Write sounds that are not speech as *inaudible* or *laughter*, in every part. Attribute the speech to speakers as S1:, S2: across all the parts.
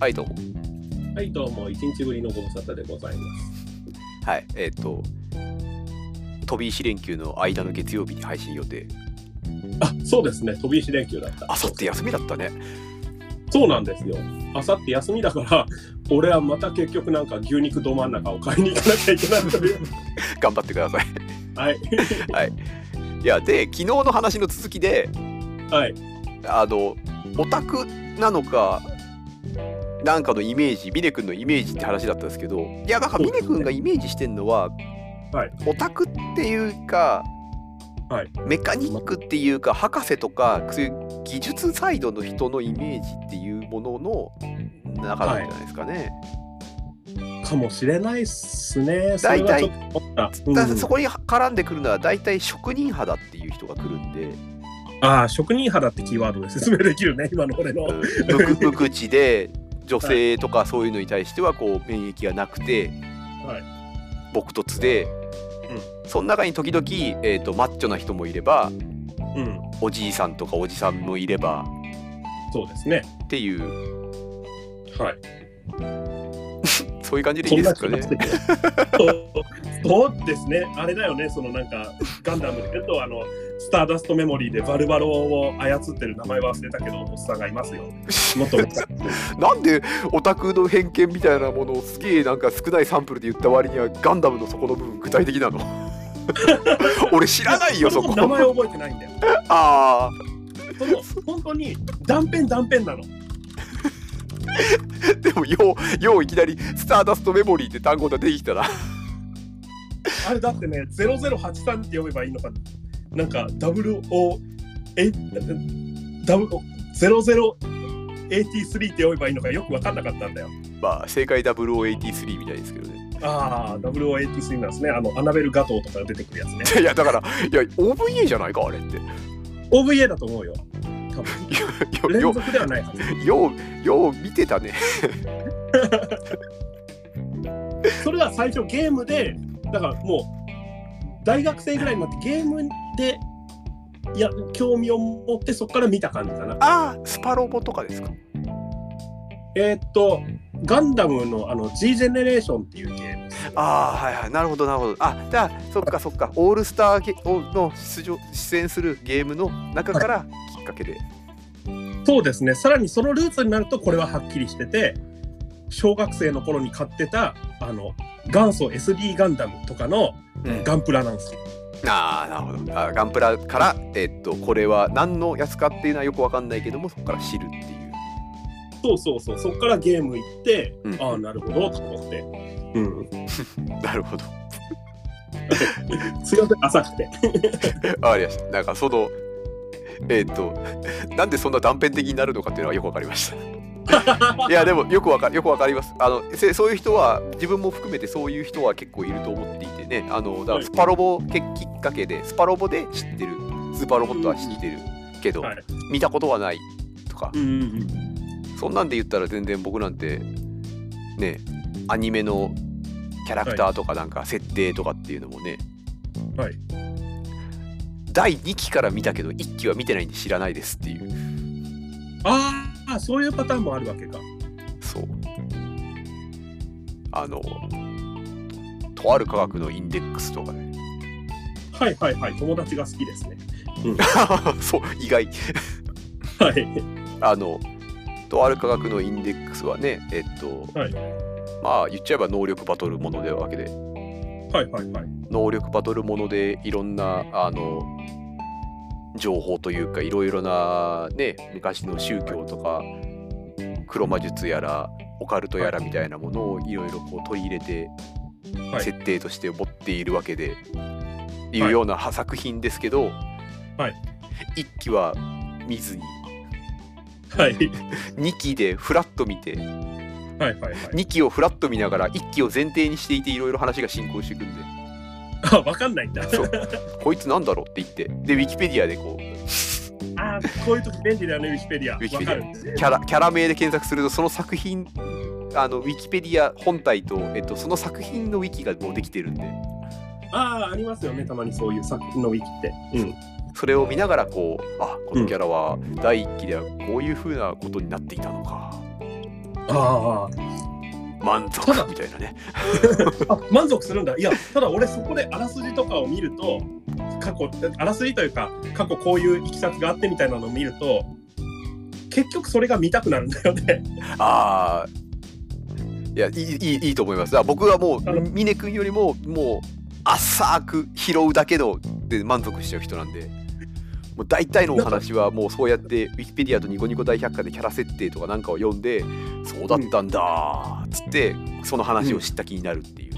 S1: はいどうも
S2: はい、どうも、一日ぶりのご無沙汰でございます。
S1: はいえっ、と飛び石連休の間の月曜日に配信予定
S2: あ、そうですね、飛び石連休だった。
S1: あさって休みだったね
S2: そうなんですよ。あさって休みだから、 *laughs* 俺はまた結局なんか牛肉ど真ん中を買いに行かなきゃいけないという。 *laughs*
S1: 頑張ってください
S2: はい、
S1: いやで昨日の話の続きで
S2: はい、
S1: あのオタクなのかなんかのイメージ峰君のイメージって話だったんですけどいやなんか峰君がイメージしてんのは、
S2: はい
S1: オタクっていうか、
S2: はい
S1: メカニックっていうか博士とかそういう技術サイドの人のイメージっていうものの中なんじゃないですかね。
S2: かもしれないっすね。そ
S1: 大
S2: れは
S1: 体
S2: ちょっと思った。
S1: だか
S2: う
S1: ら
S2: ん
S1: そこに絡んでくるのは大体職人派だっていう人が来るん
S2: *laughs*
S1: で、
S2: ああ、職人肌ってキーワードで説明できるね、今の俺の。
S1: うん無く無口で女性とかそういうのに対してはこう免疫がなくて、
S2: はい
S1: 朴突で、その中に時々、えー、とマッチョな人もいれば
S2: うん、
S1: おじいさんとかおじさんもいれば
S2: そうですね。
S1: っていう
S2: はい。
S1: そういう感じでい
S2: そ
S1: い
S2: ん
S1: です
S2: な
S1: か
S2: 気が
S1: ね
S2: し。てて。そうそうですね、あれだよね、そのなんか、ガンダムで言うと、あの、スターダストメモリーでバルバロを操ってる名前忘れたけど、おっさんがいますよ。もっと昔
S1: *laughs* なんでオタクの偏見みたいなものをすげえなんか少ないサンプルで言った割にはガンダムのそこの部分具体的なの *laughs* 俺知らないよそこ
S2: れも名前覚えてないんだよ。
S1: あ
S2: その、本当に、断片断片なの。
S1: ーでもようよういきなり「スターダストメモリー」って単語が出てきたら
S2: あれだってね、0083って読めばいいのか、なんか、00、え、ダブ、00、83って読めばいいのかよく分かんなかったんだよ。
S1: *laughs* まあ正解0083みたいですけどね。
S2: ああ、0083なんですね。あの、アナベル・ガトーとか出てくるやつね。
S1: いやだからいや OVA じゃないかあれって。い
S2: OVA だと思うよ。多分
S1: や
S2: 連
S1: よ
S2: 続ではないはず。
S1: ようよう見てたね。
S2: それは最初ゲームで、だからもう、大学生ぐらいになってゲームで、いや、興味を持ってそこから見た感じかな。
S1: ああスパロボとかですか。
S2: えーっと、ガンダムのあの G ジェネレーションっていうゲーム。
S1: ああはいはいなるほどなるほど。あじゃあそっかそっかオールスターゲの出場出演するゲームの中からきっかけで。
S2: そうですね。さらにそのルーツになると、これははっきりしてて、小学生の頃に買ってた、あの、元祖 SD ガンダムとかの
S1: うん
S2: ガンプラなんですよ。
S1: ああなるほど。あーガンプラからえっとこれは何のやつかっていうのはよくわかんないけどもそこから知るっていう。
S2: そうそうそう。そこからゲーム行って、
S1: うん
S2: ああ、なるほど、と思って。うん。
S1: なるほど。 *laughs*
S2: すいません、浅く *laughs* て。
S1: わかりました。なんかそのえっ、と *laughs* なんでそんな断片的になるのかっていうのはよくわかりました。いやでもよくわかよくわかります。あのせそういう人は自分も含めてそういう人は結構いると思っていてね。あのだか
S2: は
S1: ら
S2: い
S1: スパロボけきっかけでスパロボで知ってるスーパーロボットは知ってるけど、
S2: はい
S1: 見たことはないとか、
S2: うんうん
S1: そんなんで言ったら全然僕なんてねアニメのキャラクターとかなんか設定とかっていうのもね、
S2: うん。はい。
S1: 第2期から見たけど1期は見てないんで知らないですっていう
S2: ああ、そういうパターンもあるわけか。
S1: そうあのとある科学のインデックスとかね *laughs*
S2: はいはいはい。友達が好きですね。
S1: そう意外 *laughs*
S2: はい。
S1: あのとある科学のインデックスはねえっと、
S2: はい
S1: まあ言っちゃえば能力バトルものでわけで
S2: はいはいはい。
S1: 能力バトルものでいろんなあの情報というかいろいろなね昔の宗教とか黒魔術やらオカルトやらみたいなものをいろいろこう取り入れて
S2: はい
S1: 設定として持っているわけで、い、うようなは作品ですけど、
S2: はい
S1: 一1期は見ずに
S2: はい
S1: 2期でフラッと見て
S2: はいはいはい。
S1: 2期をフラッと見ながら1期を前提にしていていろいろ話が進行していくんで
S2: あ、わかんないんだ。 *laughs*
S1: そうこいつなんだろうって言ってでウィキペディアでこう
S2: ああ、こういう時便利だよね、ウィキペディア。わかる。
S1: キャラキャラ名で検索するとその作品あのウィキペディア本体と、えっと、その作品のウィキがもうできてるんで
S2: ああ、ありますよね、たまにそういう作品のウィキって。うん。
S1: それを見ながらこうあこのキャラは第1期ではこういう風なことになっていたのか、
S2: あ
S1: 満足
S2: ただ
S1: みたいなね
S2: あ満足するんだいやただ俺そこであらすじとかを見ると過去あらすじというか過去こういういきさつがあってみたいなのを見ると結局それが見たくなるんだよね
S1: ああいやいいいいいいと思いますだから僕はも
S2: あの
S1: う峰君よりももう浅く拾うだけので満足しちゃう人なんでもう大体のお話はもうそうやってウィキペディアとニコニコ大百科でキャラ設定とかなんかを読んでそうだったんだーっつってその話を知った気になるっていう、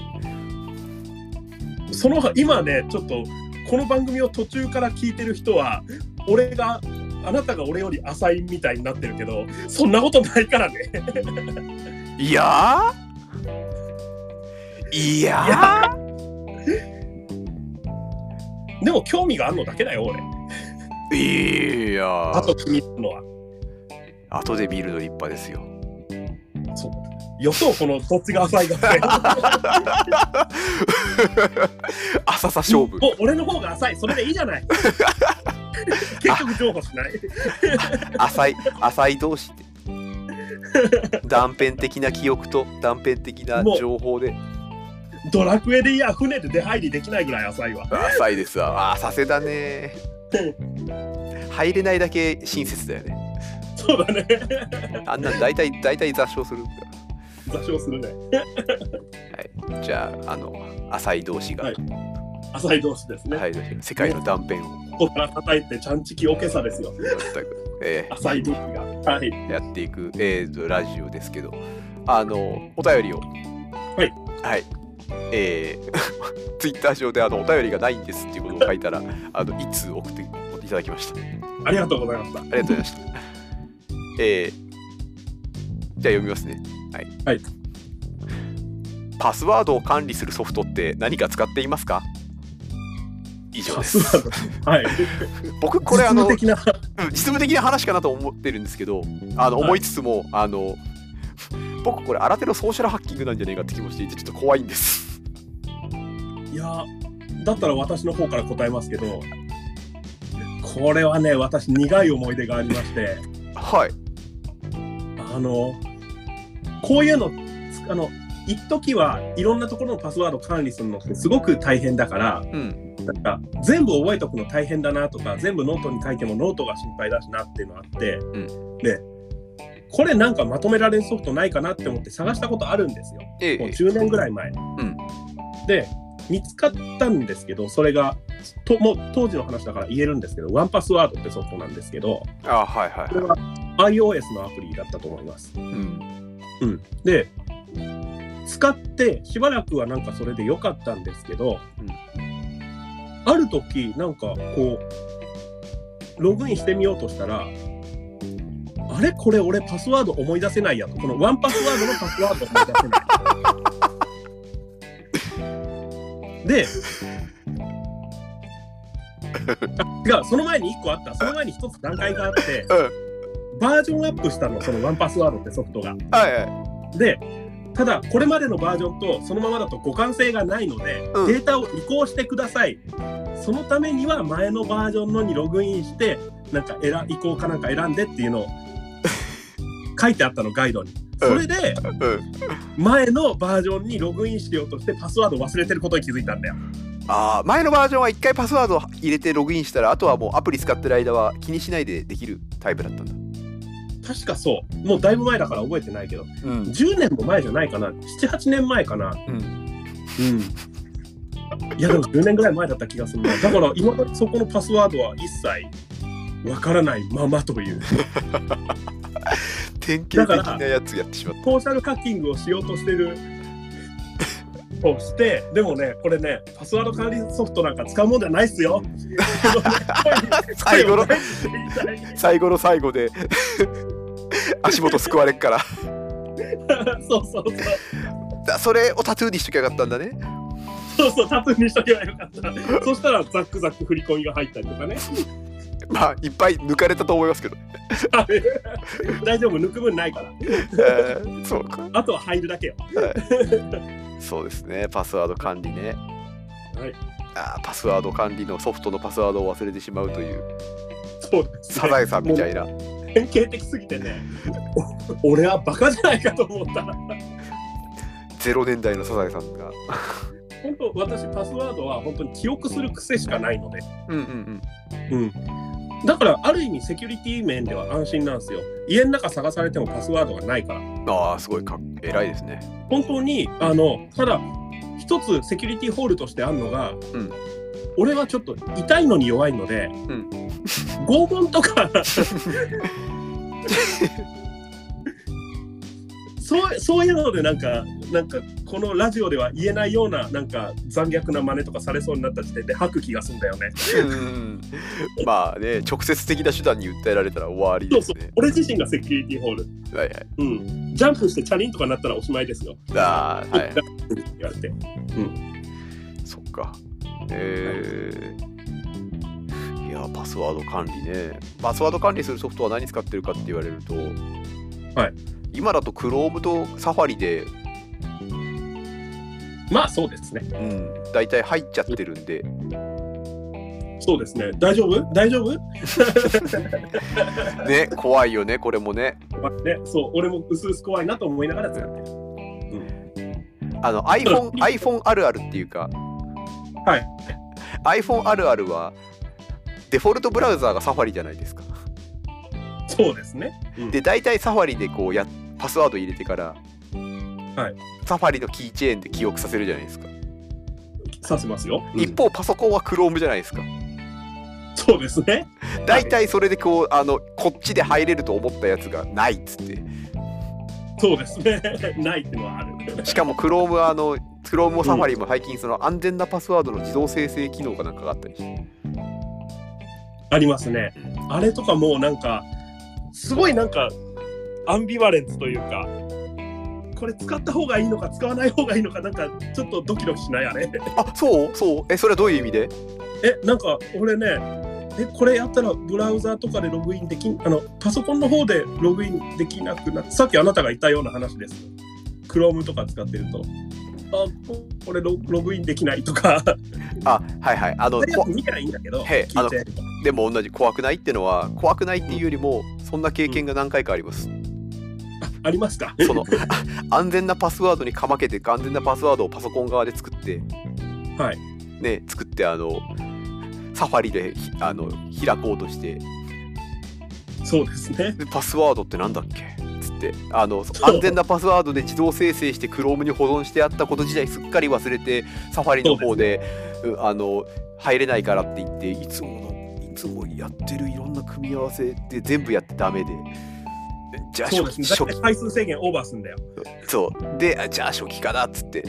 S2: その今ねちょっとこの番組を途中から聞いてる人は俺があなたが俺より浅いみたいになってるけどそんなことないからね
S1: いやーいやー
S2: いやでも興味があるのだけだよ俺
S1: いや
S2: あ
S1: ー
S2: と気に入るのは
S1: 後で見るの立派ですよ *laughs*
S2: 予想このどっちが浅いかって
S1: 浅さ *laughs* 勝負
S2: もう俺の方が浅いそれでいいじ
S1: *laughs*
S2: ゃない結局譲歩しない
S1: 浅い浅い同士って断片的な記憶と断片的な情報で
S2: ドラクエでいや船で出入りできないぐらい浅いわ
S1: 浅いですわあー浅瀬だね入れないだけ親切だよね
S2: そうだね
S1: あんなん大体大体雑誌するか
S2: 座礁するね
S1: らじゃああの浅い同士が、
S2: は
S1: はい
S2: 浅い同士ですね、
S1: い、世界の断片を
S2: ここから叩いてちゃんちきおけさですよ
S1: 全く、え
S2: 浅い同士がはい
S1: ーやっていく、えーとラジオですけどあのお便りを
S2: はい
S1: はいえー、 *laughs* ツイッター上であのお便りがないんですっていうことを書いたら *laughs* あのいつ送っていただきました
S2: ありがとうございました
S1: ありがとうございました。 *laughs* えーじゃあ読みますね。はい。
S2: はい
S1: パスワードを管理するソフトって何か使っていますか以上です。
S2: はい
S1: 僕、これ、あの、
S2: 実務的な
S1: うん実務的な話かなと思ってるんですけど、あの、
S2: はい
S1: 思いつつも、あの、僕、これ、新手のソーシャルハッキングなんじゃねえかって気もしていて、ちょっと怖いんです。 *laughs*
S2: いやだったら私の方から答えますけどこれはね私苦い思い出がありまして
S1: はい。
S2: あのこういうのつあの一時はいろんなところのパスワード管理するのってすごく大変だから
S1: うん。
S2: なんか全部覚えとくの大変だなとか全部ノートに書いてもノートが心配だしなっていうのあって、でこれなんかまとめられるソフトないかなって思って探したことあるんですよ
S1: ええ
S2: もう10年ぐらい前、
S1: ん
S2: で見つかったんですけどそれがともう当時の話だから言えるんですけどワンパスワードってソフトなんですけど
S1: ああ、はいはい
S2: これ
S1: はい。
S2: は iOS のアプリだったと思います
S1: うん。
S2: うん、で使ってしばらくはなんかそれで良かったんですけど、
S1: うん
S2: ある時なんかこうログインしてみようとしたらあれこれ俺パスワード思い出せないやとこのワンパスワードのパスワード思い出せない。 *laughs* であ違うその前に1個あったその前に1つ段階があって
S1: うん。
S2: バージョンアップしたのそのワンパスワードってソフトが。
S1: はいはい。
S2: でただこれまでのバージョンとそのままだと互換性がないので、
S1: うん
S2: データを移行してくださいそのためには前のバージョンのにログインしてなんか選移行かなんか選んでっていうの
S1: *laughs*
S2: を書いてあったのガイドにそれで
S1: うん。
S2: 前のバージョンにログインしようとしてパスワード忘れてることに気づいたんだよ
S1: ああ前のバージョンは1回パスワードを入れてログインしたらあとはもうアプリ使ってる間は気にしないでできるタイプだったんだ、
S2: 確かそうもうだいぶ前だから覚えてないけど
S1: うん
S2: 10年も前じゃないかな78年前かな
S1: うん、
S2: いやでも10年ぐらい前だった気がするなだから今までそこのパスワードは一切わからないままという
S1: 典型的なやつやってしまっ
S2: ソーシャルハッキングをしようとしてるをしてでもねこれねパスワード管理ソフトなんか使うもんじゃないっすよ
S1: 最後の
S2: 声を大にして言いた
S1: た最後の最後で *laughs* 足元すくわれっから
S2: い *laughs* そうそうそう
S1: だそれをタトゥーにしときゃよかったんだね
S2: そうそうタトゥーにしとけばよかったそしたらザックザック振り込みが入ったりとかね *laughs*
S1: まあいっぱい抜かれたと思いますけど、
S2: 大丈夫抜く分ないから
S1: えーそうか
S2: あとは入るだけよ
S1: そうですねパスワード管理ね
S2: はい
S1: あーパスワード管理のソフトのパスワードを忘れてしまうという
S2: そうです
S1: サ
S2: ね
S1: ザエさんみたいな
S2: 典型的すぎてね、お俺はバカじゃないかと思った。
S1: ゼロ年代のサザエさんが。
S2: 本当、私、パスワードは本当に記憶する癖しかないので、
S1: うんうん
S2: うん。だから、ある意味、セキュリティ面では安心なんですよ。家の中探されてもパスワードがないから。
S1: うん。ああ、すごいかっ偉いですね。
S2: 本当にあのただ一つセキュリティホールとしてあるのが、
S1: ん
S2: 俺はちょっと痛いのに弱いので、
S1: ん
S2: 拷問とかそうそういうのでなんかなんかこのラジオでは言えないようななんか残虐な真似とかされそうになった時点で吐く気がするんだよね。
S1: うん。まあね、直接的な手段に訴えられたら終わり
S2: そ
S1: で
S2: う
S1: す
S2: そう
S1: ね。
S2: 俺自身がセキュリティホール、
S1: はいはい。
S2: うん、ジャンプしてチャリンとかなったらおしまいですよ。
S1: ああ、はい。
S2: 言われて
S1: そっか。えー。いや、パスワード管理ね。パスワード管理するソフトは何使ってるかって言われると、
S2: はい。
S1: 今だと Chrome と Safari で、
S2: まあそうですね。
S1: うん、大体入っちゃってるんで、
S2: そうですね。大丈夫大丈夫
S1: ね、怖いよね、これもね。
S2: ね、そう、俺も薄々怖いなと思いながら使ってる。
S1: あの iPhone, iPhone あるあるっていうか、はい、iPhone あるあるはデフォルトブラウザーがサファリじゃないですか。
S2: そうですね。
S1: で大体サファリでこうやパスワード入れてから、
S2: はい、
S1: サファリのキーチェーンで記憶させるじゃないですか。
S2: 刺せますよ。
S1: 一方パソコンは Chrome じゃないですか。
S2: そうですね。
S1: 大体それでこうあのこっちで入れると思ったやつがないっつって。
S2: そうですね。 *laughs* ないってのはある。
S1: しかも Chrome はあの Chrome もサファリも最近その安全なパスワードの自動生成機能かなんかがあったりして。
S2: ありますね。あれとかもうなんか、すごいなんか、アンビバレンスというか、これ使った方がいいのか使わない方がいいのかなんかちょっとドキドキしないあれ
S1: あそうそうえそれはどういう意味で
S2: えなんか俺ねえこれやったらブラウザーとかでログインできんあのパソコンの方でログインできなくなってさっきあなたが言ったような話です Chrome とか使ってるとあここれロログインできないとか
S1: あはいはいあの
S2: 早
S1: こ
S2: く見たらいいんだけど
S1: へえ
S2: 聞いて
S1: でも同じ怖くないってのは怖くないっていうよりもそんな経験が何回かあります。
S2: ありますか
S1: その安全なパスワードにかまけて安全なパスワードをパソコン側で作って、
S2: はい
S1: ね作ってあのサファリでひあの開こうとして
S2: そうですね
S1: でパスワードってなんだっけつってあの
S2: そう
S1: 安全なパスワードで自動生成して Chrome に保存してあったこと自体すっかり忘れてサファリの方でうあの入れないからって言っていつものいつもやってるいろんな組み合わせで全部やってダメで。じゃあ
S2: そう
S1: 初
S2: です
S1: 期初
S2: ねだって回数制限オーバーすんだよ
S1: 期そうであじゃあ初期かなっつって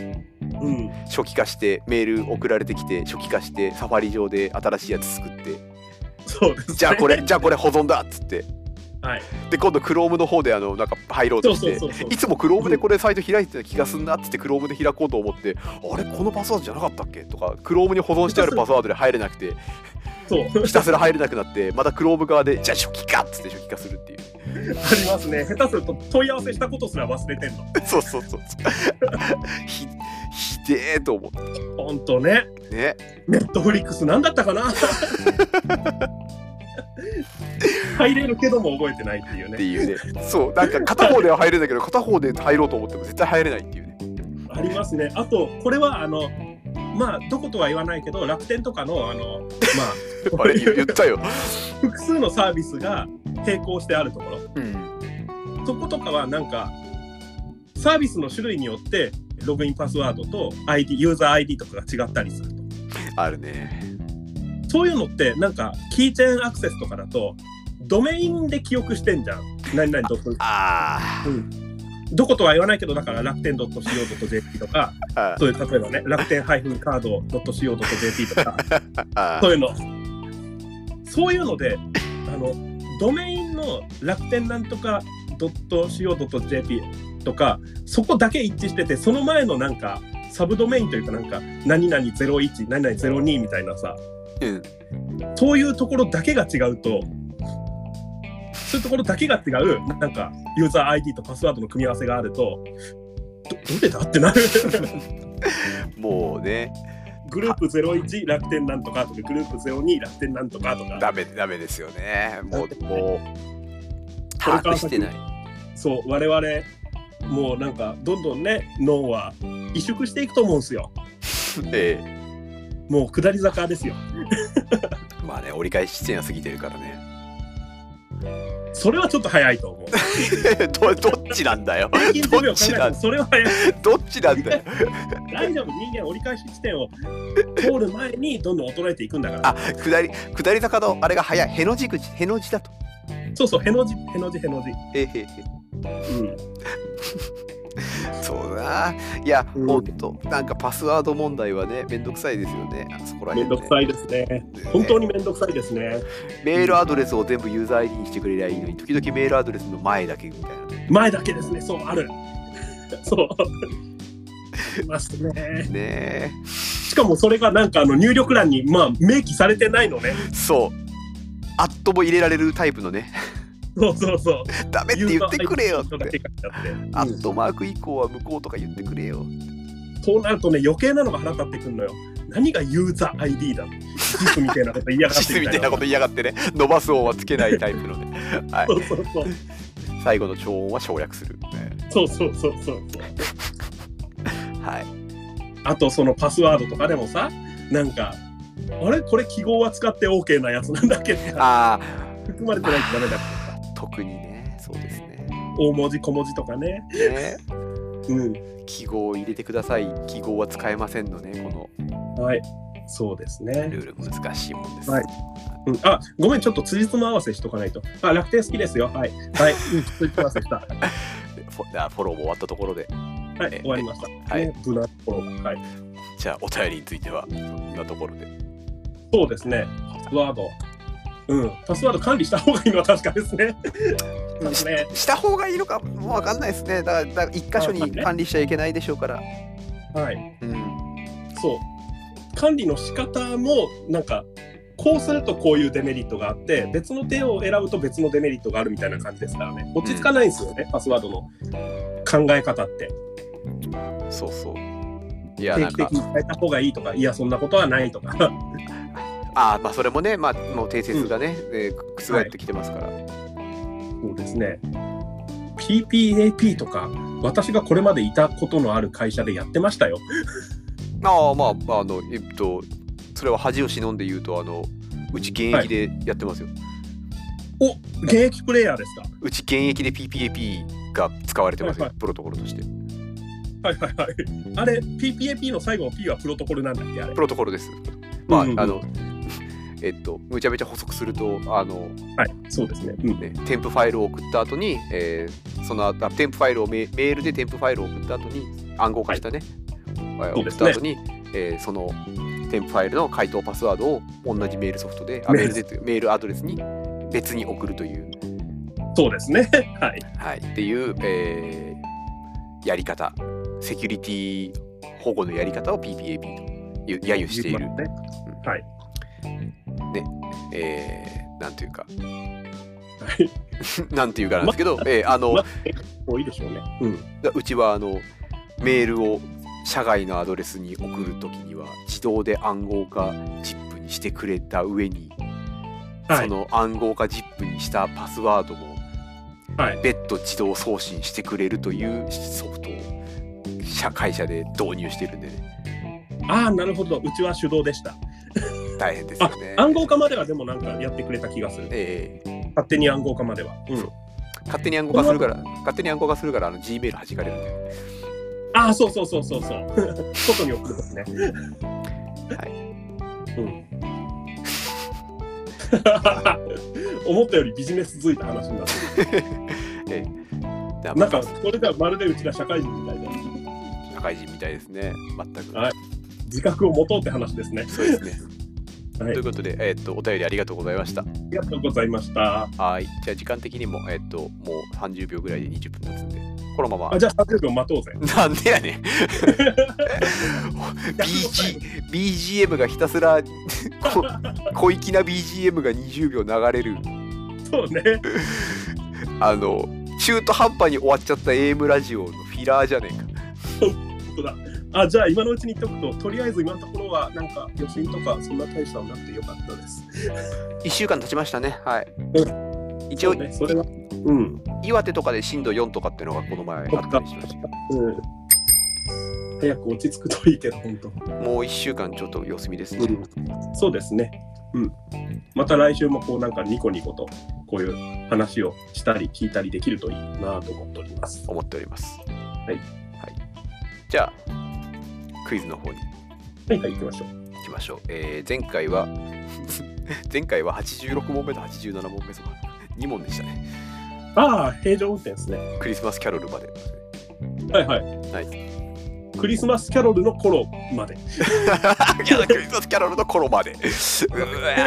S2: うん
S1: 初期化してメール送られてきて初期化してサファリ上で新しいやつ作って
S2: そうですね
S1: じゃあこ
S2: *laughs*
S1: れじゃあこれ保存だっつって
S2: はい
S1: で今度 Chrome の方であのなんか入ろうと
S2: そう
S1: し
S2: そ
S1: て
S2: うそうそう
S1: *laughs* いつも Chrome でこれサイト開いてた気がすんなっつって Chrome で開こうと思ってあれこのパスワードじゃなかったっけとか Chrome に保存してあるパスワードで入れなくて
S2: そう
S1: ひたすら入れなくなってまた Chrome 側でじゃあ初期化っつって初期化するっていう *laughs*
S2: ありますね下手すると問い合わせしたことすら忘れてんの
S1: そうそうそうそう *laughs* ひひでえと思っ
S2: ほんとね
S1: てね
S2: ネットフリックス何だったかな入れるけども覚えてないっていう
S1: って
S2: ね。
S1: いうねそうなんか片方では入れるんだけど片方で入ろうと思っても絶対入れないっていうね *laughs*
S2: ありますね。あとこれはあのまあどことは言わないけど楽天とかのあのまあ
S1: あれ言言ったよ、
S2: 複数のサービスが並行してあるところ
S1: うん、
S2: そことかはなんかサービスの種類によってログインパスワードと ID ユーザー ID とかが違ったりすると
S1: あるね
S2: そういうのってなんかキーチェーンアクセスとかだとドメインで記憶してんじゃん何々ドット
S1: あー
S2: どことは言わないけど、だから楽天 .co.jp とか、
S1: あ
S2: そういう例えばね、楽天 -card.co.jp とか、
S1: あ
S2: そういうの。そういうので、あの、ドメインの楽天なんとか .co.jp とか、そこだけ一致してて、その前のなんか、サブドメインというか、なんか、何々01、何々02みたいなさ、
S1: うん
S2: そういうところだけが違うと、そういうところだけが違う、なんか、ユーザー ID とパスワードの組み合わせがあると、どどれだってなる。
S1: もうね
S2: グループ01楽天なんとかとか、グループ02楽天なんとかとか、
S1: ダメダメですよねもうもう把握 *laughs* してない。
S2: そう我々もうなんかどんどんね脳は萎縮していくと思うんですよ
S1: え
S2: もう下り坂ですよ
S1: えまあね、折り返し地点は過ぎてるからね。 *laughs*
S2: それはちょっと早いと思う
S1: どどっちなんだよ。 *laughs*
S2: 平均寿命
S1: どっ
S2: 考え
S1: ち
S2: て
S1: な
S2: も
S1: ん
S2: それは早い
S1: どっちなんだよ。
S2: 大丈夫人間折り返し地点を通る前にどんどん衰えていくんだから
S1: あ、下り、下り坂のあれが早い。への字口、への字だと。
S2: そうそうへの字への字への字
S1: えええ
S2: うん
S1: えそうだな。いや、
S2: うん
S1: ほんと、なんかパスワード問題はね、めんどくさいですよね。あそこら
S2: め
S1: 辺、ね。
S2: んどくさいですね
S1: ね
S2: 本当にめんどくさいですね
S1: メールアドレスを全部ユーザー ID にしてくれりゃいいのに、時々メールアドレスの前だけみたいなね。
S2: 前だけですねそうある *laughs* そうありますね
S1: ね
S2: しかもそれがなんかあの入力欄にまあ明記されてないのね
S1: え。そう。アットも入れられるタイプのね、
S2: そうそう
S1: *laughs*
S2: そう
S1: ダメって言ってくれよ
S2: 人
S1: っ
S2: だ
S1: て。
S2: け書いてあって
S1: アットマーク以降は向こうとか言ってくれよ。
S2: そうなるとね余計なのが腹立ってくるのよ何がユーザー ID だ JIF みたいなこと言いやが
S1: シ
S2: って
S1: スみたいなこと言いやがってね、伸ばす音はつけないタイプ
S2: *laughs*
S1: のね。はい
S2: そうそうそう
S1: 最後の超音は省略する。ね
S2: そうそうそうそう
S1: はい。
S2: あとそのパスワードとかでもさなんかあれこれ記号は使って OK なやつなんだっけ
S1: ああ、
S2: 含まれてないとダメだ
S1: 特にね、そうですね。
S2: 大文字小文字とかね
S1: ね
S2: うん
S1: 記号を入れてください。記号は使えませんのね、こ
S2: はいそうです
S1: の
S2: ね、
S1: ルール難しいもんです。
S2: はいうん、あごめんちょっと辻褄合わせしとかないとあ楽天好きですよはいはいうん辻褄合わせしたは
S1: フォあフォローも終わったところで、 *laughs*
S2: い終わりました、
S1: はい
S2: ね、無難なところがはい
S1: じゃあお便りについては、そんなところで。
S2: そうですね、パスワード。うん、パスワード管理した方がいいのは確かですね。
S1: *laughs*
S2: うん
S1: し
S2: ね
S1: した方がいいのかもうわかんないですね。だから、だから一箇所に管理しちゃいけないでしょうから。
S2: はい、
S1: うん。
S2: そう。管理の仕方も、なんか、こうするとこういうデメリットがあって、別の手を選ぶと別のデメリットがあるみたいな感じですからね。落ち着かないんですよね、パスワードの考え方って。
S1: そうそう。いや、
S2: 定
S1: なん
S2: 期
S1: か
S2: 的。に変えた方がいいとか、いや、そんなことはないとか。 *laughs*
S1: ああまあそれもねまあもう定説がね、えー覆ってきてますから、
S2: そうですね。PPAP とか、私がこれまでいたことのある会社でやってましたよ。
S1: ああまあまああのえっとそれは恥を忍んで言うとあのうち現役でやってますよ、
S2: お現役プレイヤーですか
S1: うち現役で PPAP が使われてますよ、
S2: はいは
S1: プロトコルとして
S2: はいはいはい。あれ、PPAP の最後の P はプロトコルなんだっけあれ
S1: プ。ロトコルですまあ、
S2: うんうんうん
S1: あの *laughs* えっとむちゃめちゃ補足するとあの、
S2: はい、そうですね。うん、
S1: ね、添付ファイルを送った後に、えーその後あ添付ファイルをメメールで添付ファイルを送った後に暗号化したね、えー
S2: そう
S1: 送
S2: で
S1: っ
S2: す
S1: た
S2: ね
S1: 後に、えーその添付ファイルの回答パスワードを同じメールソフトであメ
S2: メ
S1: ー
S2: ー
S1: ル
S2: ル
S1: でメールアドレスに別に送るという、
S2: そうですね。 *laughs* はい。
S1: はい、っていう、えーやり方セキュリティ保護のやり方を PPAP という揶揄している
S2: ね。はい。
S1: えーなんていうか
S2: はい。
S1: *laughs* なんていうかなんですけど、えーあの、
S2: ま多いでしょうね。うん。
S1: だうちはあのメールを社外のアドレスに送るときには自動で暗号化 ZIP にしてくれた上に、
S2: は
S1: そ
S2: い。
S1: の暗号化 ZIP にしたパスワードも
S2: はい。
S1: 別途自動送信してくれるというソフトを社会社で導入してるんでね
S2: ああ、なるほど。うちは手動でした。
S1: 大変ですよ
S2: あ
S1: ね、。
S2: 暗号化まではでもなんかやってくれた気がする。
S1: ええ
S2: 勝手に暗号化までは。うん。
S1: 勝手に暗号化するから勝手に暗号化するからあの G メール弾かれるんで
S2: ああ、そうそうそうそうそう。 *laughs* 外に送るですね。
S1: はい *laughs*
S2: うん。思ったよりビジネスづいた話になって
S1: だ
S2: る。なんか、それではまるでうちが社会人みたいな
S1: 社会人みたいですね全く、
S2: はい自覚を持とうって話ですね。
S1: そうですね、
S2: *laughs* はい
S1: ということで、えーっとお便りありがとうございました
S2: ありがとうございました。
S1: はい。じゃあ時間的にも、えっと、もう30秒ぐらいで20分経つんで、このまま
S2: あ。じゃあ30秒待とうぜ。
S1: なんでやね
S2: *laughs*
S1: ん。BG BGM がひたすらこ小粋な BGM が20秒流れる、
S2: そうね。
S1: あの、中途半端に終わっちゃった AM ラジオのフィラーじゃねえか。
S2: あ、じゃあ今のうちに言っとくと、とりあえず今のところはなんか余震とかそんな大したのなくてよかったです。
S1: 1週間経ちましたね。はい。一
S2: そ
S1: 応、
S2: うね、それはうん。
S1: 岩手とかで震度4とかっていうのがこの前あったりしましたけ
S2: うん。早く落ち着くといいけど、本当。
S1: どもう1週間ちょっと様子見ですね、
S2: うん、そうですね。うん。また来週もこうなんかニコニコとこういう話をしたり聞いたりできるといいなと思っております。
S1: 思っております
S2: い
S1: はい、じゃあクイズの方に
S2: はいはい行きましょう。
S1: 行きましょう、えー前回は *laughs* 前回は86問目と87問目とか2問でしたね
S2: ああ平常運転ですね。
S1: クリスマスキャロルまで
S2: はいはい。
S1: はい
S2: クリスマスキャロルの頃ま
S1: *laughs*
S2: で。
S1: いやクリスマスキャロルの頃までうわ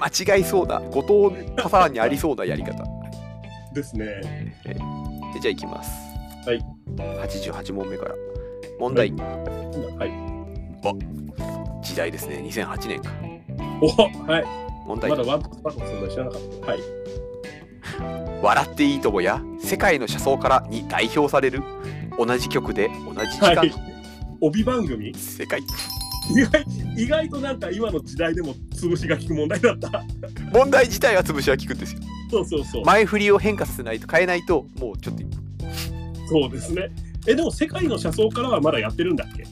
S1: 間違いそうな後藤パターンにありそうなやり方
S2: ですね。
S1: でじゃあいきます
S2: はい
S1: 88問目から問題、
S2: はい。
S1: 時代ですね2008年か
S2: おはい。
S1: 問題、
S2: まだワンパターンそんな知らなかった。はい。
S1: 笑っていいとも」や「世界の車窓から」に代表される同じ曲で同じ時間、
S2: はい帯番組
S1: 世界
S2: 意外意外となんか今の時代でも潰しが効く問題だった。 *laughs*
S1: 問題自体は潰しは効くんですよ
S2: そうそうそう。
S1: 前振りを変化させないと変えないともうちょっと
S2: そうですね。え、でも世界の車窓からはまだやってるんだっけ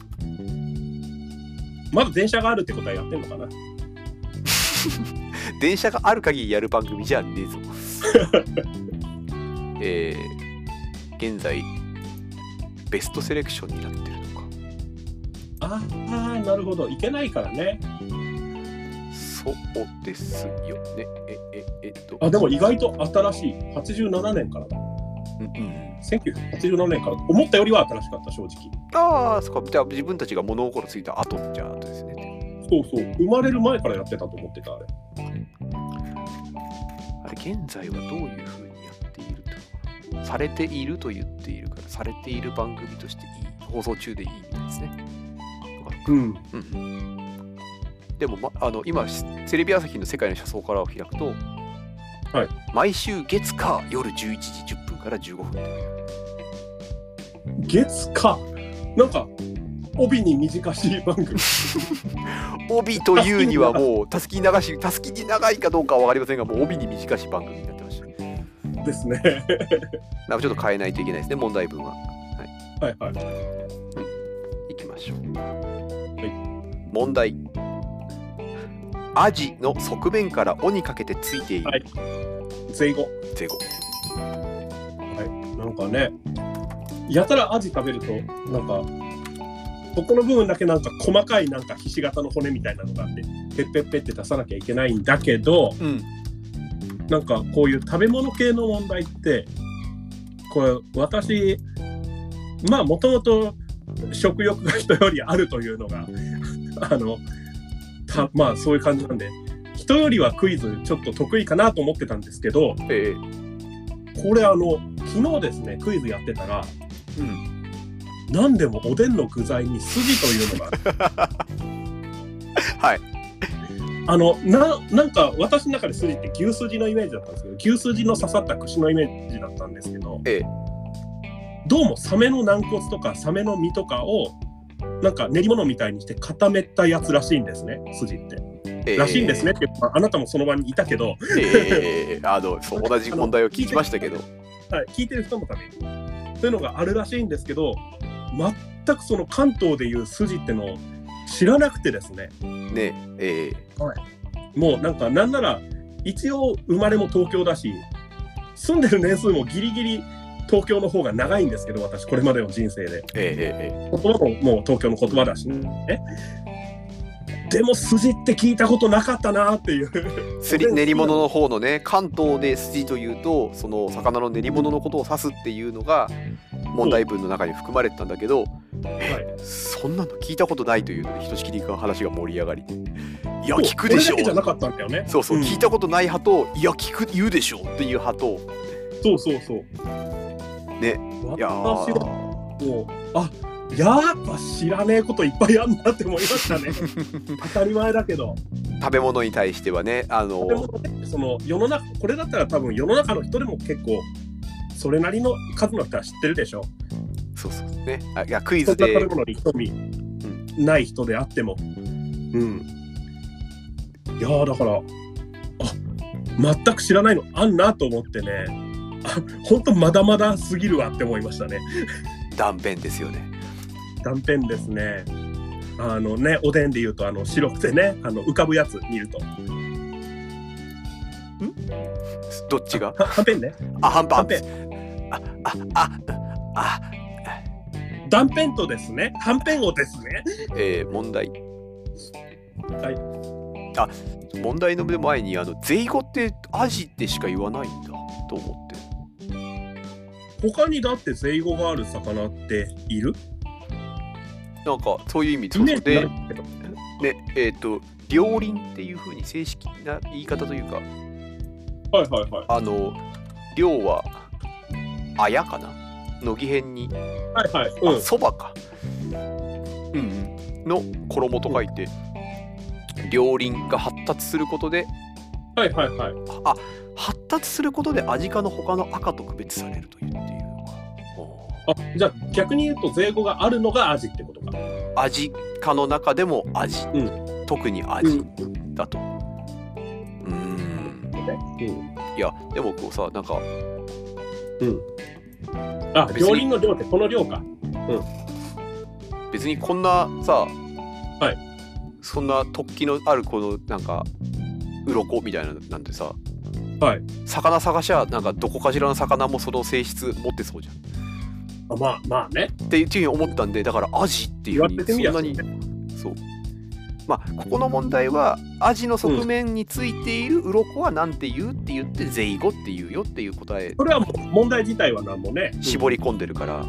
S2: まだ電車があるってことはやってんのかな
S1: 電車がある限りやる番組じゃ
S2: *laughs*
S1: ねえぞえー、現在ベストセレクションになってるのか
S2: ああ、なるほど。行けないからね。
S1: そうですよねえええっと
S2: あ、でも意外と新しい。87年からだ。
S1: うんうん
S2: 1987年から。思ったよりは新しかった、正直。
S1: ああそっかじゃあ自分たちが物心ついた後じゃあ後ですね
S2: そうそう。生まれる前からやってたと思ってた、あれ。
S1: あれ、現在はどういうふうにやっているってことかなされていると言っているから、されている番組としていい、放送中でいいみたいですね。
S2: うん。
S1: うんうん、でも、ま、あの今、しテレビ朝日の世界の車窓からを開くと、
S2: はい
S1: 毎週月火夜11時10分から15分
S2: 月か。なんか、帯に短しい番組。
S1: 帯というにはもう、たすきに流し、たすきに長いかどうかは分かりませんが、もう帯に短しい番組になってましたね。
S2: ですね。 *laughs*
S1: なんかちょっと変えないといけないですね、問題文は。
S2: はいはい。
S1: いきましょう。問題。アジの側面から尾にかけてついている
S2: はい税後。
S1: ゼゴ。
S2: はい、なんかね、やたらアジ食べると、なんか、ここの部分だけなんか細かいなんかひし形の骨みたいなのがあって、ペッペッペッって出さなきゃいけないんだけど、
S1: うん。
S2: なんかこういう食べ物系の問題って、これ私、まあもともと食欲が人よりあるというのが、 *laughs* あの、たまあそういう感じなんで、人よりはクイズちょっと得意かなと思ってたんですけど、
S1: えー
S2: これあの、昨日ですね、クイズやってたら、
S1: うん、
S2: 何でもおでんの具材に筋というのが
S1: *laughs* はい。
S2: あのななんか私の中で筋って牛筋のイメージだったんですけど牛筋の刺さった串のイメージだったんですけど、
S1: ええ
S2: どうもサメの軟骨とかサメの身とかをなんか練り物みたいにして固めたやつらしいんですね筋って、
S1: えー
S2: らしいんですねっ。ていうか、まあ、あなたもその場にいたけど、
S1: えーあのそう同じ問題を聞きましたけど、
S2: はい、聞いてる人のためにというのがあるらしいんですけど全くその関東でいう筋ってのを知らなくてですね
S1: ねえー
S2: もうなんかなんなら一応生まれも東京だし住んでる年数もギリギリ東京の方が長いんですけど私これまでの人生で
S1: えーえ
S2: 言葉ももう東京の言葉だしねでも筋って聞いたことなかったなっていう
S1: ーえーすり練り物の方のね関東で筋というとその魚の練り物のことを指すっていうのが問題文の中に含まれてたんだけど、
S2: はい
S1: そんなの聞いたことないというのでひとしきり話が盛り上がりいや
S2: そう
S1: 聞くでしょ
S2: これだけじゃなかったんだよね
S1: そうそう、
S2: うん
S1: 聞いたことない派といや聞く言うでしょっていう派と
S2: そうそうそう
S1: ねい
S2: 私
S1: や
S2: はも
S1: ー
S2: うあやっぱ知らねえこといっぱいあんなって思いまし
S1: *laughs*
S2: たね当たり前だけど
S1: 食べ物に対してはねあ
S2: で
S1: の
S2: もねその世の中これだったら多分世の中の人でも結構それなりの数の人は知ってるでしょ
S1: そうそうねあいやクイ
S2: そ
S1: ズ
S2: ん
S1: で
S2: な食べ物に興味ない人であってもうんいやーだからあ全く知らないのあんなと思ってねあほんとまだまだすぎるわって思いましたね
S1: 断片ですよね
S2: 断片ですねあのねおでんで言うとあの白くてねあの浮かぶやつ見ると
S1: どっちが
S2: ははんぺんね
S1: あ半
S2: は
S1: 端
S2: んぺん
S1: ああああ
S2: 断片とですねはんぺんをですね
S1: えー、問題
S2: はい
S1: 問題の前にあの税語ってアジってしか言わないんだと思って
S2: 他にだって税語がある魚っている
S1: なんかそういう意味
S2: イ
S1: そう
S2: メ
S1: そ
S2: ー
S1: う
S2: ジな
S1: で
S2: い
S1: ねえっ、と両輪っていうふうに正式な言い方というか
S2: はいはいはい
S1: あの両はあやかな乃木編に
S2: はいはい
S1: あ
S2: うん
S1: そば、か、うんうん、の衣と書いて両輪が発達することで
S2: はいはいはい
S1: あ発達することでアジ科の他の赤と区別されるというっていうのがおー
S2: あじゃあ逆に言うと税語があるのがアジってことか
S1: アジ科の中でもアジ、
S2: う
S1: 特にアジだと。うーん
S2: うん
S1: いやでもこうさなんか
S2: あ
S1: 別に
S2: 両輪の量ってこの量か
S1: 別にこんなさ、
S2: はい
S1: そんな突起のあるこのなんか鱗みたいなのなんてさ、
S2: はい
S1: 魚探しゃなんかどこかしらの魚もその性質持ってそうじゃん
S2: あまあまあね
S1: っていうっていうふうに思ったんでだからアジっていうふう
S2: 言わ
S1: に
S2: れて
S1: そ
S2: みりゃ
S1: んなに
S2: そ
S1: そうまあここの問題はアジの側面についている鱗はなんて言うって言ってゼイゴって言うよっていう答え
S2: それはもう問題自体は何もね
S1: 絞り込んでるから、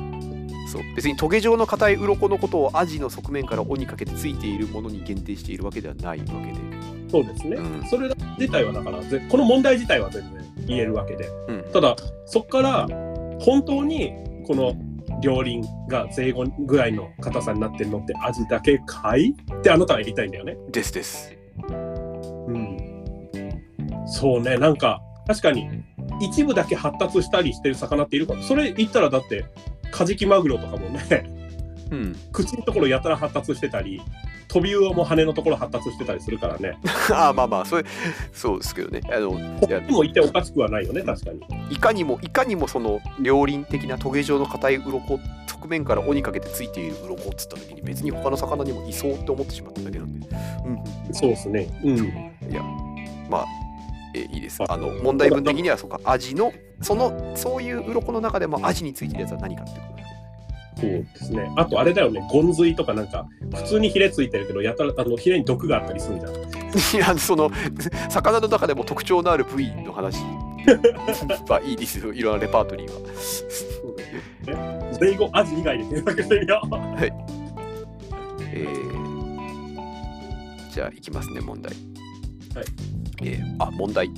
S1: そう別にトゲ状の硬い鱗のことをアジの側面から尾にかけてついているものに限定しているわけではないわけで、
S2: そうですね、
S1: うん
S2: それ自体はだからぜこの問題自体は全然言えるわけで
S1: うん、
S2: ただそこから本当にこの両輪が税後ぐらいの硬さになってるのって味だけかいってあなたは言いたいんだよね。
S1: ですです
S2: うん、そうねなんか確かに一部だけ発達したりしてる魚っているからそれ言ったらだってカジキマグロとかもね *laughs*
S1: うん、 *laughs*
S2: 口のところやたら発達してたりトビウオも羽のところ発達してたりするからね
S1: ああまあまあそれそうですけどねあの
S2: こっちもいておかしくはないよね確かに。
S1: いかにもいかにもその両輪的なトゲ状の硬い鱗側面から尾にかけてついている鱗っつった時に別に他の魚にもいそうって思ってしまっただけなんで、う
S2: そうですね。うん。
S1: ん、いやまあえーいいですあの問題文的にはそうか味のそのそういう鱗の中でも味についてるやつは何かってことです
S2: そうですね。あとあれだよね、ゴンズイとかなんか、普通にヒレついてるけど、やたら、あの、ヒレに毒があったりするじゃん。
S1: *laughs* いやその魚の中でも特徴のある部位の話
S2: *laughs*
S1: はいいですよいろんなレパートリーは
S2: そうだよね。ゼイゴアジ以外で検索してみよう。
S1: えー、じゃあいきますね問題
S2: はい
S1: えーあ問題
S2: はい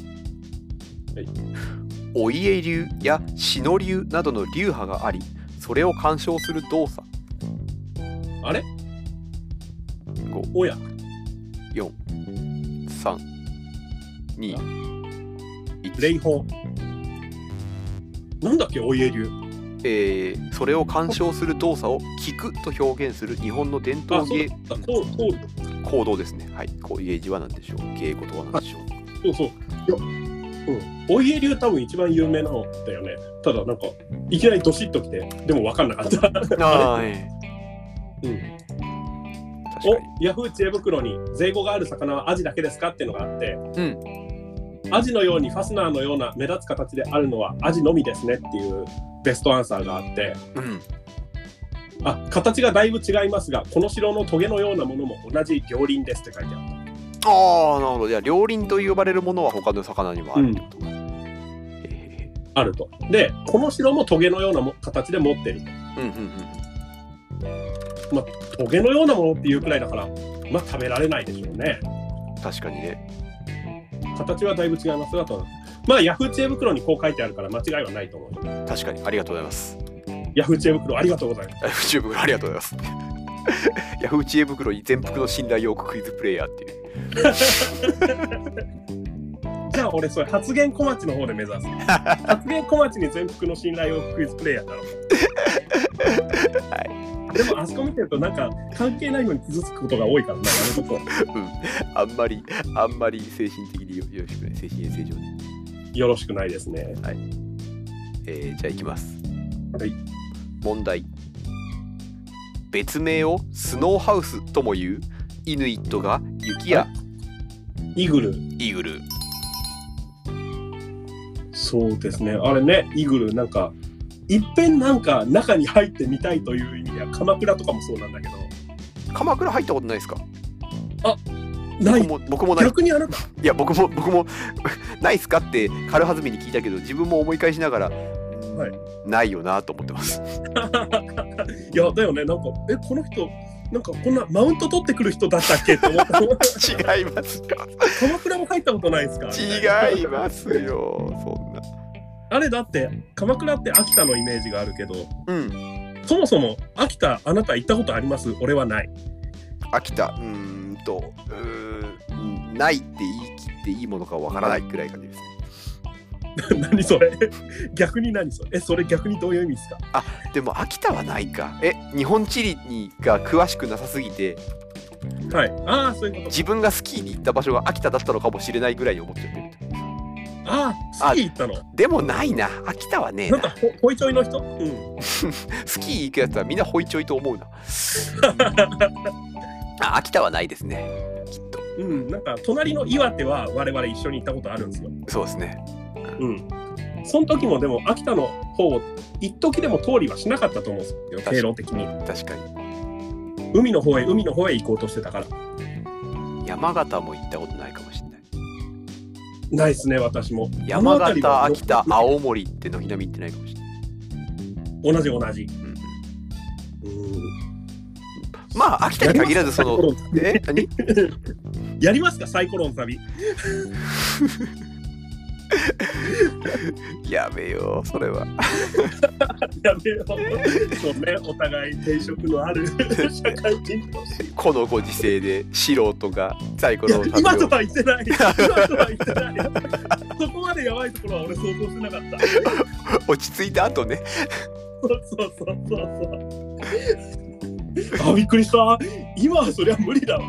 S1: お家流や篠流などの流派がありそれを鑑賞する動作
S2: あれ
S1: 五
S2: おや、
S1: 四三二一
S2: 霊法。なんだっけ、お家流。
S1: えーそれを鑑賞する動作を聞くと表現する日本の伝
S2: あ、
S1: 統
S2: そう
S1: 芸
S2: だった。そう、そう、
S1: 行動ですねはいこう家事は何でしょう芸事は何でしょう
S2: そうそう。ようん、お家流多分一番有名なのだよね。ただなんか、いきなりドシッときて、でも分かんなかった。
S1: *laughs* あーえー
S2: うん
S1: 確かに
S2: おヤフー知恵袋に税語がある魚はアジだけですかっていうのがあって、
S1: うん
S2: アジのようにファスナーのような目立つ形であるのはアジのみですねっていうベストアンサーがあって
S1: うん
S2: あ形がだいぶ違いますがこの城のトゲのようなものも同じ両輪ですって書いてあっ
S1: ああ、なるほど。じゃあ、両輪と呼ばれるものは他の魚にもあるってことか。え
S2: たあるとでこの城もトゲのようなも形で持ってる
S1: ーうんうんうん
S2: トゲのようなものっていうくらいだからまあ食べられないでしょうね
S1: うん。確かにね。
S2: 形はだいぶ違いますがとまあヤフー知恵袋にこう書いてあるから間違いはないと思う
S1: 確かに。ありがとうございます。 *laughs*
S2: ヤフー知恵袋ありがとうございます
S1: ヤフー知恵袋、ありがとうござい *laughs* ます。ヤフー知恵袋に全幅の信頼を置くクイズプレイヤーっていう。
S2: じゃあ俺それ発言小町の方で目指す発言小町に全幅の信頼を置くクイズプレイヤーだろでもあそこ見てるとなんか関係ないのに傷つくことが多いからなやめとこう
S1: あんまり、あんまり精神的によろしくない。精神衛生上ね。
S2: よろしくないですね。
S1: えーじゃあいきます
S2: はい
S1: 問題別名をスノーハウスとも言うイヌイットが雪や
S2: イグル、
S1: イーグル
S2: そうですね。あれね、イグル、なんか、いっぺんなんか中に入ってみたいという意味では、鎌倉とかもそうなんだけど、
S1: 鎌倉入ったことないですか
S2: な
S1: 僕
S2: い、
S1: も僕もない
S2: 逆にあなた、
S1: いや僕も僕も *laughs* ないっすかって軽はずみに聞いたけど自分も思い返しながら、うん
S2: はい
S1: ないよなと思って
S2: *laughs*
S1: ます
S2: いや、だよね、なんか、え、この人、なんかこんなマウント取ってくる人だったっけって思った。
S1: 違いますよ
S2: *laughs* 鎌倉も入ったことないですか
S1: 違いますよそんな
S2: あれだって、鎌倉って秋田のイメージがあるけど、
S1: うん
S2: そもそも秋田、あなた行ったことあります俺はない。 *laughs*
S1: 秋田うーんとうーんないって言い切っていいものかわからないくらい感じです
S2: 何それ逆に何それえ、それ逆にどういう意味ですか
S1: でも秋田はないかえ日本地理にが詳しくなさすぎて
S2: はい。ああ、そういうこと。
S1: 自分がスキーに行った場所が秋田だったのかもしれないぐらいに思っちゃってる
S2: ああ、スキー行ったの。
S1: でもないな秋田はねえ
S2: なん
S1: な
S2: かほ、ホイチョイの人うん。
S1: スキー行くやつはみんなホイチョイと思うな
S2: *laughs*
S1: あ秋田はないですねきっと
S2: うん、なんか、隣の岩手は我々一緒に行ったことあるんですよ。
S1: そうですね
S2: うん。その時もでも、秋田の方を、一時でも通りはしなかったと思うんですよ、経路的に。
S1: 確かに
S2: 海の方へ、海の方へ行こうとしてたから。
S1: 山形も行ったことないかもしれない
S2: ないですね、私も。
S1: 山
S2: この辺りは
S1: 形秋田青森って軒並み行ってないかもしれない、
S2: 同じ同じ。
S1: うんうん
S2: うん。
S1: まあ秋田に限らずそのえ何
S2: やりますか、サイコロン旅。
S1: やめようそれは
S2: やめよう。そうね、お互い定職の
S1: *laughs*
S2: ある社会人として。
S1: このご時世で素人がサイコ
S2: いや
S1: ロを食べ
S2: 今
S1: よ
S2: と
S1: う
S2: は言ってない。今とは言ってない。そこまでやばいところは俺想像してなかった。
S1: 落ち着いた後ね
S2: そうそうそうそうそう。あ、びっくりした。今はそりゃ無理だわ。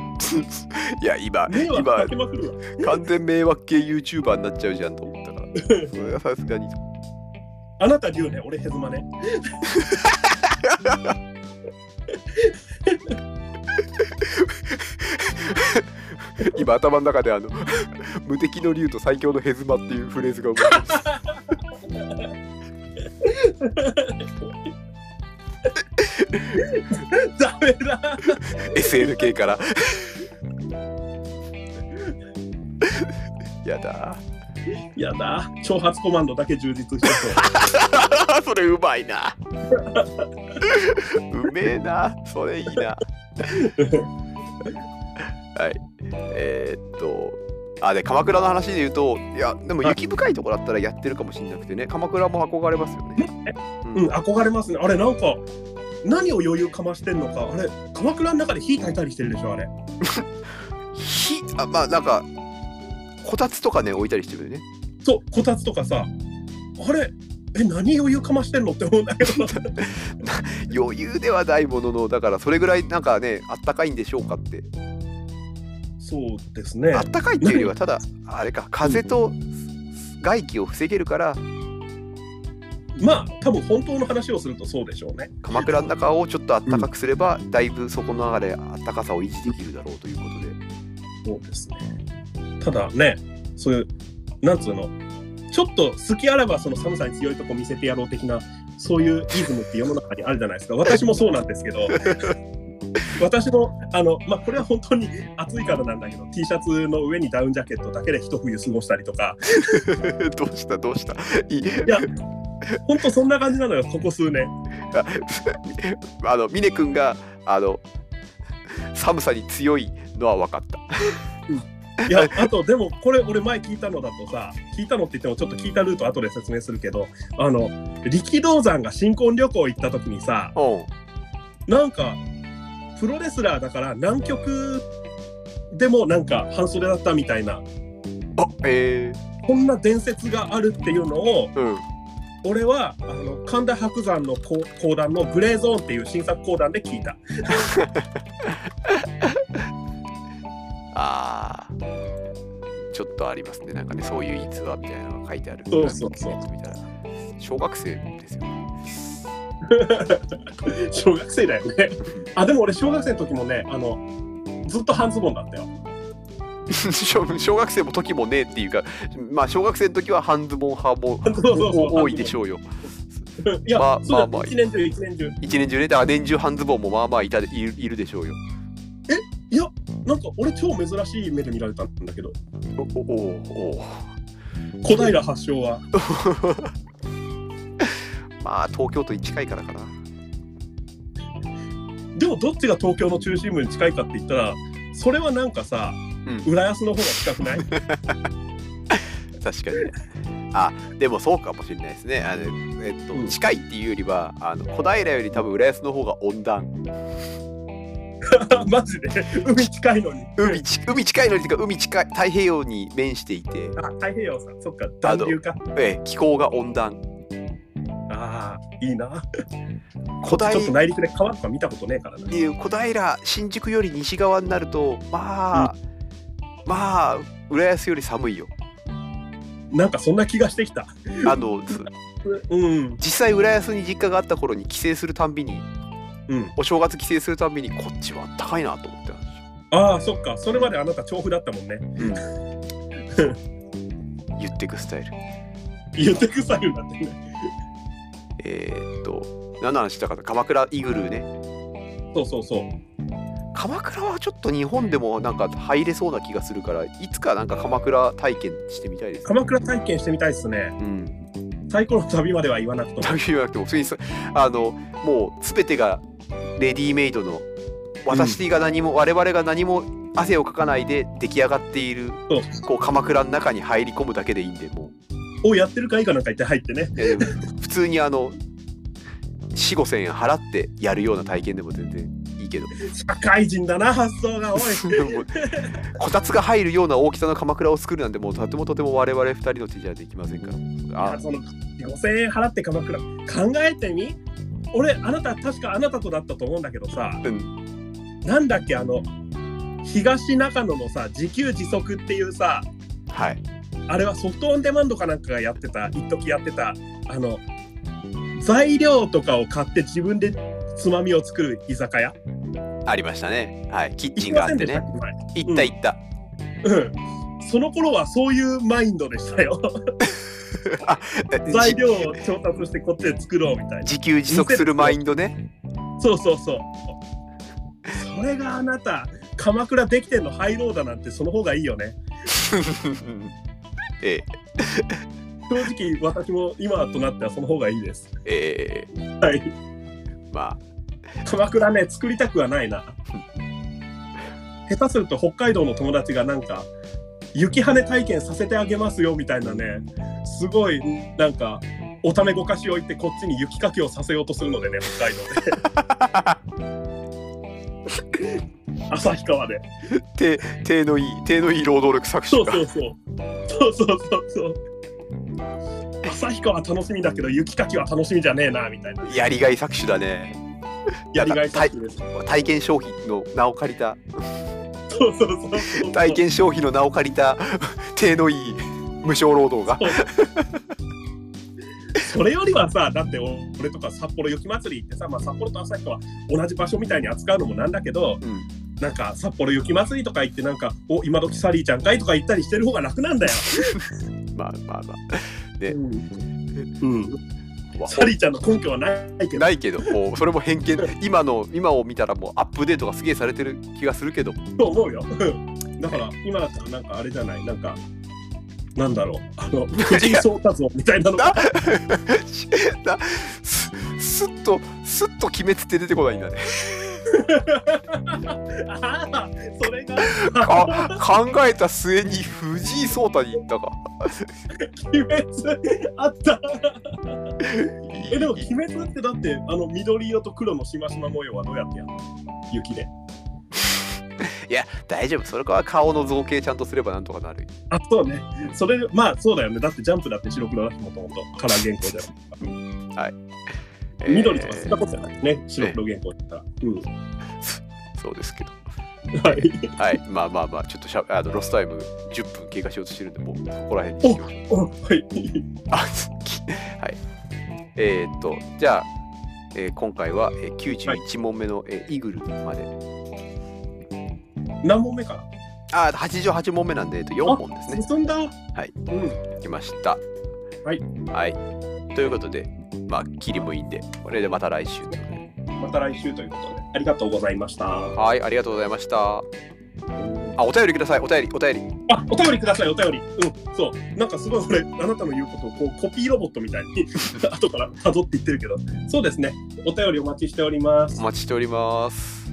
S1: いや今
S2: 迷惑
S1: 今
S2: かけまくるわ。
S1: 完全迷惑系 YouTuber になっちゃうじゃんと思ったからそれはさすがに
S2: あなた竜ね、俺ヘズマね。 *laughs*
S1: 今頭の中であの *laughs* 無敵の竜と最強のヘズマっていうフレーズが浮かんで
S2: ダメだ。
S1: る SNK から *laughs* やだ *laughs*
S2: やだ。挑発コマンドだけ充実してそう。
S1: それうまいなうめえなそれいいなはいえーっとあで鎌倉の話で言うといやでも雪深いところだったらやってるかもしれなくてね鎌倉も憧れますよね、う
S2: うん、憧れますね。あれ、なんか、何を余裕かましてんのか、あれ、鎌倉の中で火焚いたりしてるでしょ、あれ。
S1: 火あまあなんかこたつとかね置いたりしてるよね
S2: そう、こたつとかさ、あれ、え、何余裕かましてんのって思うんだけど、
S1: 余裕ではないもののだからそれぐらいなんかねあったかいんでしょうかって
S2: そうですね
S1: あっ。たかいっていうよりは *laughs* ただあれか風と外気を防げるから
S2: まあ、多分本当の話をするとそうでしょうね。
S1: 鎌倉の中をちょっとあったかくすれば、だいぶそこの中であったかさを維持できるだろうということで
S2: そうですね。ただね、そういう、なんつうの、ちょっと隙あらばその寒さに強いとこ見せてやろう的な、そういうイズムって世の中にあるじゃないですか。私もそうなんですけ *laughs* ど、私も、あの、まあ、これは本当に暑いからなんだけど、T シャツの上にダウンジャケットだけで一冬過ごしたりとか、
S1: *laughs* どうしたどうしたいい
S2: いや、本当そんな感じなのよ、ここ数年。
S1: *laughs* ああの峰君があの寒さに強いのは分かった
S2: いや、あと、でも、これ、俺、前聞いたのだとさ、聞いたのって言っても、ちょっと聞いたルート後で説明するけど、あの、力道山が新婚旅行行った時にさ、
S1: うん
S2: なんか、プロレスラーだから南極でもなんか半袖だったみたいな、
S1: あえ
S2: こんな伝説があるっていうのを、
S1: ー、うん
S2: 俺はあの神田伯山の講講談のグレーゾーンっていう新作講談で聞いた。
S1: ああちょっとありますね。なんかね、そういう逸話みたいなのが書いてある。
S2: そうそうそう
S1: なんかみたいな小学生ですよね。
S2: 小学生だよね。あ、でも俺、小学生の時もね、あの、ずっと半ズボンだったよ。
S1: *laughs* 小小学生も時もねえっていうか、まあ小学生の時は半ズボン派も
S2: そうそうそう
S1: 多いでしょうよ。
S2: 半ズボンいや、
S1: まあ
S2: そうだよ、
S1: まあまあ
S2: 一年中、一年中。
S1: 一年中ね、だから年中半ズボンもまあまあいたいるいるでしょうよ。
S2: いや、なんか俺、超珍しい目で見られたんだけど、
S1: おおおお
S2: 小平発祥は。
S1: まあ東京都に近いからかな。
S2: でも、どっちが東京の中心部に近いかって言ったら、それはなんかさ、
S1: うん
S2: 浦安の方が近くない
S1: 確かにね。あでもそうかもしれないですね。あのえっと、
S2: うん
S1: 近いっていうよりはあの小平より多分浦安の方が温暖
S2: *laughs* マジで、海近いのに。
S1: 海ち海近いのにてか海近い太平洋に面していて、
S2: あ、太平洋さ、そっか、暖流か。
S1: ええ、気候が温暖
S2: ああー、いいな。
S1: 小平
S2: ちょっと内陸で川とか見たことねえからな。
S1: いう小平新宿より西側になるとまあ、まあ浦安より寒いよ
S2: なんかそんな気がしてきた。
S1: あのつ
S2: うん。
S1: 実際浦安に実家があった頃に帰省するたんびに
S2: うん。
S1: お正月帰省するたんびにこっちはあったかいなと思ってたんですよ
S2: ああ、そっか。それまであなた調布だったもんね。
S1: 言ってくスタイル
S2: 言ってくさいんだってね。
S1: えーっと何の話したかな鎌倉イグルーね
S2: そうそうそう。
S1: 鎌倉はちょっと日本でもなんか入れそうな気がするからいつかなんか鎌倉体験してみたいですね
S2: 鎌倉体験してみたいですね。
S1: うん
S2: サイコロの旅までは言わなくとも。
S1: 旅じゃなくても普通にそあのもう全てがレディメイドの私が何も、我々が何も汗をかかないで出来上がっている
S2: そう
S1: こう鎌倉の中に入り込むだけでいいんでも
S2: をやってるかいかなんか言って入ってね。
S1: ういやでも普通にあの4 5千円払ってやるような体験でも全然いいけど
S2: 社会人だな、発想
S1: *laughs*
S2: が多い。
S1: もうこたつが入るような大きさの鎌倉を作るなんてもうとてもとても我々2人の手じゃできませんから
S2: あ
S1: あ
S2: その5000円払って鎌倉。考えてみ俺、あなた、確かあなたとだったと思うんだけどさ、
S1: うん
S2: なんだっけ、あの、東中野のさ、自給自足っていうさ、
S1: はい
S2: あれはソフトオンデマンドかなんかがやってた、一時やってた、あの、材料とかを買って自分でつまみを作る居酒屋。
S1: ありましたねはいキッ
S2: 行
S1: チ
S2: き
S1: ンが
S2: ま
S1: あ
S2: せ
S1: っ
S2: ん
S1: て
S2: でした
S1: ね
S2: っけ前
S1: 行った行った、
S2: うん。その頃はそういうマインドでしたよ。
S1: え *laughs*
S2: 材料を調達してこっちで作ろうみたい
S1: 自給自足するマインド *laughs* ね
S2: な。そうそうそう。それがあなた、鎌倉できてんの入ろうだなんてその方がいいよね。
S1: え
S2: 正直私も今となってはその方がいいです。
S1: えええ
S2: はい。
S1: ま
S2: 鎌倉ね、作りたくはないな。下手すると北海道の友達がなんか、雪跳ね体験させてあげますよみたいなね、すごいなんか、おためごかしを言ってこっちに雪かきをさせようとするのでね、北海道
S1: *laughs*
S2: で。旭川で。
S1: あ手手のいい手のいい労働力搾
S2: そう
S1: 取
S2: そ
S1: が
S2: うそう。そうそうそうそう。旭川楽しみだけど雪かきは楽しみじゃねえなみたいな
S1: やりがい搾取だね
S2: やりがい作です。
S1: 体験消費の名を借りた
S2: そうそうそうそう。
S1: 体験消費の名を借りた手のいい無償労働が
S2: それよりはさ、だってお俺とか札幌雪まつり行ってさ、まあ、札幌と旭川は同じ場所みたいに扱うのもなんだけど、
S1: うん
S2: なんか札幌雪まつりとか行って、なんか、お今時サリーちゃんかいとか言ったりしてる方が楽なんだよ。
S1: まあまあまえ
S2: うん
S1: わ
S2: サリーちゃんの根拠はない
S1: あ
S2: けど、
S1: ないけどもうそれも偏見今の今を見たらもうアップデートがすげえされてる気がするけど *laughs*
S2: と思うよ。うんだから、今だったらなんかあれじゃない、なんか、なんだろう、あの、藤井聡太像みたい *laughs* なの
S1: な
S2: が
S1: なすすっとすっと決めつって出てこないんだね
S2: ああ、それが
S1: か考えた末に藤井聡太に行ったか。
S2: 鬼滅あった。えでも
S1: い
S2: 鬼滅ってだってあの緑色と黒のしましま模様はどうやってやるの雪で
S1: や大丈夫それから顔の造形ちゃんとすればなんとかなる。
S2: あそうねそれまあそうだよねだってジャンプだって白黒だしもともとカラー原稿だよ
S1: えー
S2: 緑とかそんなことじゃないね白黒原稿だったら、うん
S1: そうですけど。
S2: はい。
S1: はい、まあまあまあ、ちょっとしゃあのロスタイム10分経過しようとしてるんで、もうここら辺にしよう。
S2: はい。
S1: あきはい。えーっと、じゃあ、えー今回は、えー91問目の、えーイグルまで。
S2: 何問目か
S1: あー、88問目なんで、えーっと4問です
S2: な
S1: ね。
S2: 進んだ。
S1: はい。
S2: うん。
S1: 来ました。
S2: はい。
S1: はい。ということで、まあ、切りもいいんで、これでまた来週。
S2: また来週ということで、ありがとうございました。あ、
S1: はい、ありがとうございました。あ、お便りください。お便り、お便り。
S2: お便りください、お便り。うん、そう。なんかすごいこれ、あなたの言うことをこうコピーロボットみたいに *laughs* 後から辿っていってるけど、そうですね。お便りお待ちしております
S1: お。待ちしております。